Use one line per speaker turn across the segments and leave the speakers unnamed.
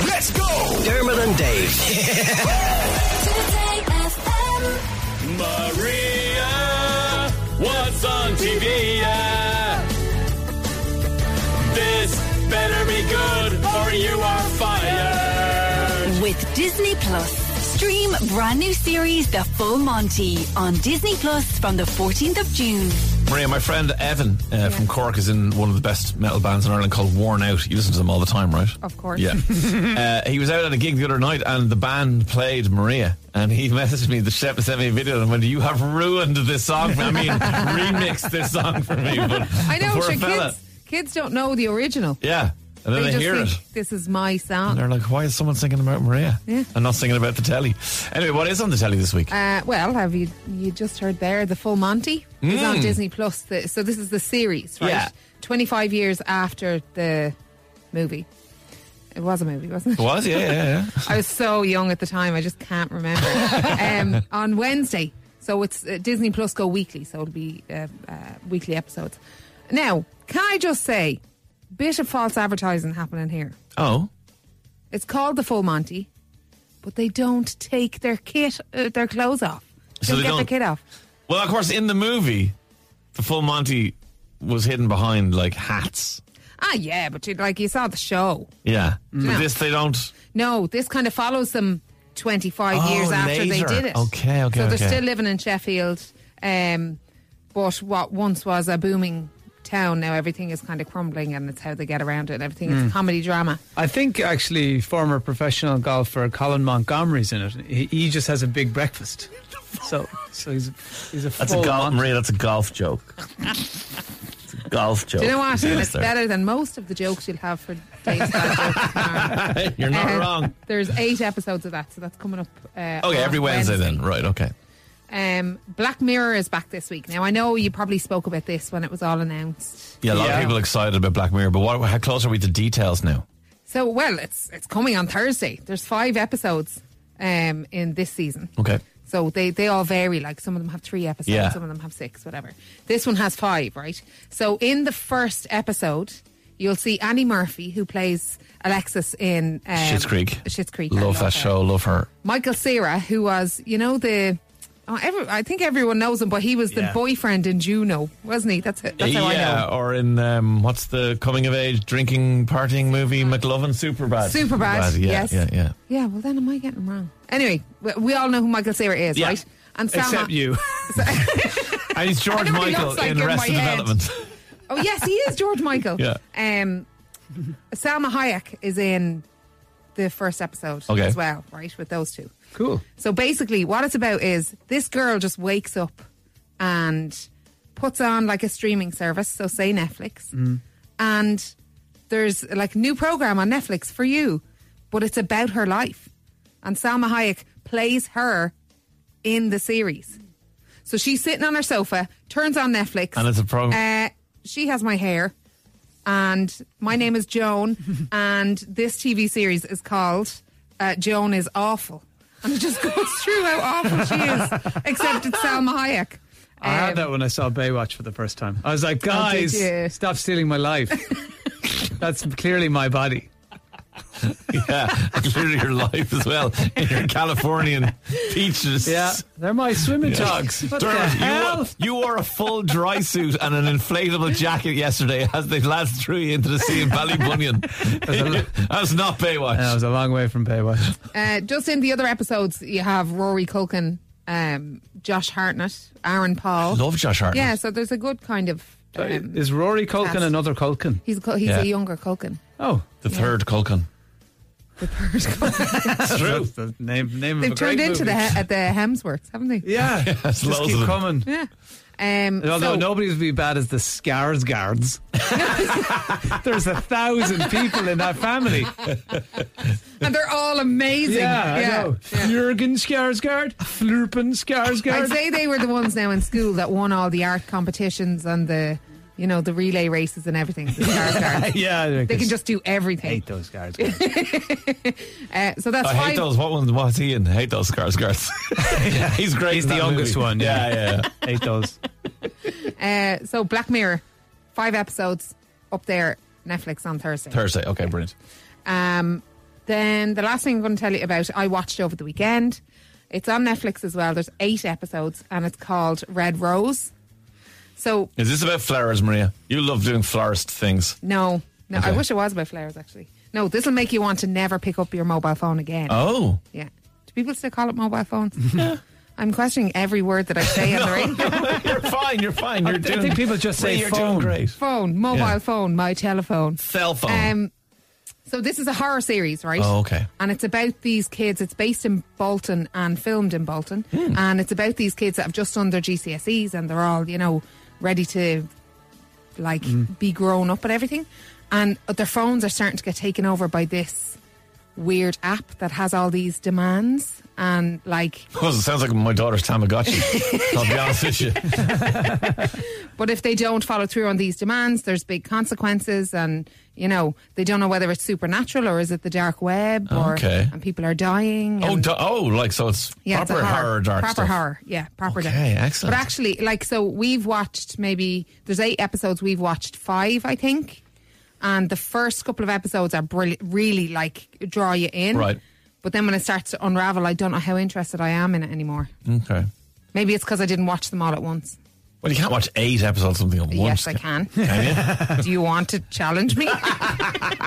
Let's go!
Dermot and Dave.
Today FM.
Maria, what's on TV? This better be good or you are fired.
With Disney Plus. Stream brand new series The Full Monty on Disney Plus from the 14th of June.
Maria, my friend Evan uh, from Cork is in one of the best metal bands in Ireland called Worn Out. You listen to them all the time, right?
Of course.
Yeah. uh, he was out at a gig the other night and the band played Maria. And he messaged me, the chef sent me a video and went, You have ruined this song. For, I mean, remixed this song for me. But
I know,
poor
sure,
fella.
kids, kids don't know the original.
Yeah. And then
they
they,
just
hear
think
it.
this is my
And
song.
they're like, Why is someone singing about Maria?
Yeah.
And not singing about the telly. Anyway, what is on the telly this week?
Uh, well, have you you just heard there the Full Monty is on Disney Plus. The, so this is the series, right?
Hmm. Yeah.
Twenty five years after the movie. It was a movie, wasn't
it
it?
was, yeah, yeah, yeah.
I was so young at the time, I just can't remember. um, on Wednesday, so it's uh, Disney Plus go weekly, so it'll be uh, uh, weekly episodes. Now, can I just say, bit of false advertising happening here.
Oh.
It's called the Full Monty, but they don't take their kit, uh, their clothes off.
So they
they get their
don't-
kit off.
Well, of course, in the movie, the full Monty was hidden behind like hats.
Ah, yeah, but you, like you saw the show.
Yeah, but
No.
this they don't.
No, this kind of follows them 25
Oh,
years after they
later.
did it.
Okay, okay,
So they're
okay.
still living in Sheffield, um, but what once was a booming town, now everything is kind of crumbling and it's how they get around it and everything.
Hmm.
It's comedy drama.
I think actually former professional golfer Colin Montgomery's in it. He, he just has a big breakfast. So, so he's he's a
That's
full
a golf.
Monty.
Maria, that's a golf joke. It's a golf joke.
Do you know what?
Yeah,
And it's
there.
better than most of the jokes you'll have for Dave's Bad Jokes tomorrow.
You're not
Uh,
wrong.
There's eight episodes of that, so that's coming up. Uh,
Okay,
on
every Wednesday, then. Right. Okay.
Um, Black Mirror is back this week. Now I know you probably spoke about this when it was all announced.
Yeah, a lot
Yeah.
of people excited about Black Mirror, but what, how close are we to details now?
So well, it's it's coming on Thursday. There's five episodes um, in this season.
Okay.
So they, they all vary. Like some of them have three episodes,
Yeah.
some of them have six, whatever. This one has five, right? So in the first episode, you'll see Annie Murphy, who plays Alexis in um,
Schitt's Creek.
Schitt's Creek. I
Love that
her.
show. Love her.
Michael Cera, who was, you know, the. Oh, every, I think everyone knows him, but he was the
Yeah.
boyfriend in Juno, wasn't he? That's it. That's how I
yeah,
know.
or in um, what's the coming of age drinking partying movie McLovin Superbad.
Uh, Superbad,
yeah,
yes.
Yeah, yeah.
Yeah, well, then am I getting wrong? Anyway, we, we all know who Michael Cera is,
Yeah.
right? And Salma,
Except you.
And it's
I
George
know what he
Michael
looks like
in
in
Arrested
my head.
Development.
Oh yes, he is George Michael.
Yeah.
Um, Salma Hayek is in the first episode
Okay.
as well, right? With those two.
Cool.
So basically, what it's about is this girl just wakes up and puts on like a streaming service, so say Netflix, and there's like a new program on Netflix for you, but it's about her life, and Salma Hayek plays her in the series. So she's sitting on her sofa, turns on Netflix,
And it's a prog-
Uh, she has my hair, and my name is Joan, and this TV series is called uh, Joan is Awful. And it just goes through how awful she is, except it's Salma Hayek.
I
Um, Oh,
had that when I saw Baywatch for the first time. I was like, guys,
you?
stop stealing my life. That's clearly my body.
yeah, clearly your life as well in your Californian beaches.
Yeah, they're my swimming
Dogs.
togs. What the
Dermot, you, wore,
hell?
you wore a full dry suit and an inflatable jacket yesterday as they lads threw you into the sea in Ballybunion. That's not Baywatch.
I was a long way from Baywatch.
Uh, just in the other episodes, you have Rory Culkin, um, Josh Hartnett, Aaron Paul.
Love Josh Hartnett.
Yeah, so there's a good kind of. Um,
Is Rory Culkin
cast.
another Culkin?
he's a cul- he's
Yeah.
a younger Culkin.
Oh,
The third Culkin.
that's true. The name, name
They've
of a great
turned into the
movie.
he- at the Hemsworths, haven't they?
Yeah, just
loads of
keep
them.
coming.
Yeah. Um,
Although
so-
nobody would be bad as the Scars Guards. There's a thousand people in that family.
and they're all amazing.
Yeah, I know.
yeah.
Jürgen Skarsgård, Flurpen
I'd
Skarsgård.
say they were the ones now in school that won all the art competitions and the, you know, the relay races and everything. The Star Guards.
Yeah,
They can just do everything.
hate those Skarsgård.
Uh, so that's
I
five.
hate those. What one was he in? hate those scars, girls. He's great.
He's
in
the
that
youngest
movie.
one, yeah.
Yeah, yeah. yeah.
hate those.
Uh, so Black Mirror, five episodes up there, Netflix on Thursday.
Thursday. Okay, brilliant.
Um, Then the last thing I'm going to tell you about, I watched over the weekend. It's on Netflix as well. There's eight episodes, and it's called Red Rose. So
Is this about flowers, Maria? You love doing florist things.
no, no, I
Okay.
wish it was about flowers actually. No, this will make you want to never pick up your mobile phone again.
Oh.
Yeah. Do people still call it mobile phones? I'm questioning every word that I say on the radio.
you're fine, you're fine. You're
I
doing
think people just
Maria,
say
you're
phone.
doing great.
phone, mobile
Yeah.
phone, my telephone.
Cell phone.
Um, so this is a horror series, right?
Oh, okay.
And it's about these kids. It's based in Bolton and filmed in Bolton,
Hmm.
and it's about these kids that have just done their GCSEs and they're all, you know, ready to like
Hmm.
be grown up and everything. And their phones are starting to get taken over by this weird app that has all these demands and like
Well, it sounds like my daughter's Tamagotchi. I'll be honest with you.
But if they don't follow through on these demands, there's big consequences, and you know they don't know whether it's supernatural or is it the dark web, or
Okay.
and people are dying.
Oh,
and-
do- oh, like so it's
yeah, it's a
proper horror, dark
proper
stuff.
horror, yeah, proper.
Okay,
dark.
excellent.
But actually, like, so we've watched maybe there's eight episodes. We've watched five, I think, and the first couple of episodes are brilliant, really like draw you in,
Right.
But then when it starts to unravel, I don't know how interested I am in it anymore.
Okay.
Maybe it's because I didn't watch them all at once.
Well, you can't watch eight episodes of something at once.
yes, I can.
can you?
Do you want to challenge me?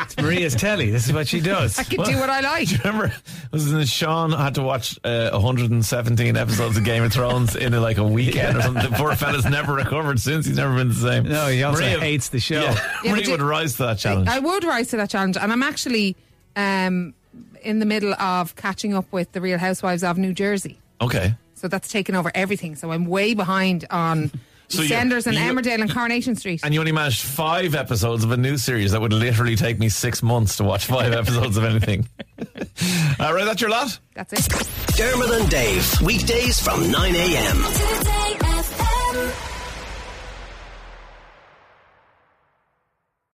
It's Maria's telly. This is what she does.
I can do what I like.
Do you remember? Wasn't it Sean had to watch uh, 117 episodes of Game of Thrones in like a weekend or something? The poor fella's never recovered since. He's never been the same.
No, he also hates the show.
Yeah,
Yeah,
Maria
but
would
you-
rise to that challenge.
I would rise to that challenge, and I'm actually um, in the middle of catching up with the Real Housewives of New Jersey.
okay.
So that's taken over everything. So I'm way behind on
So you-
Senders and
you-
Emmerdale and Carnation Street.
And you only managed five episodes of a new series that would literally take me six months to watch five episodes of anything. All right, that's your lot.
That's it.
Dermot and Dave. Weekdays from 9 a.m.
Today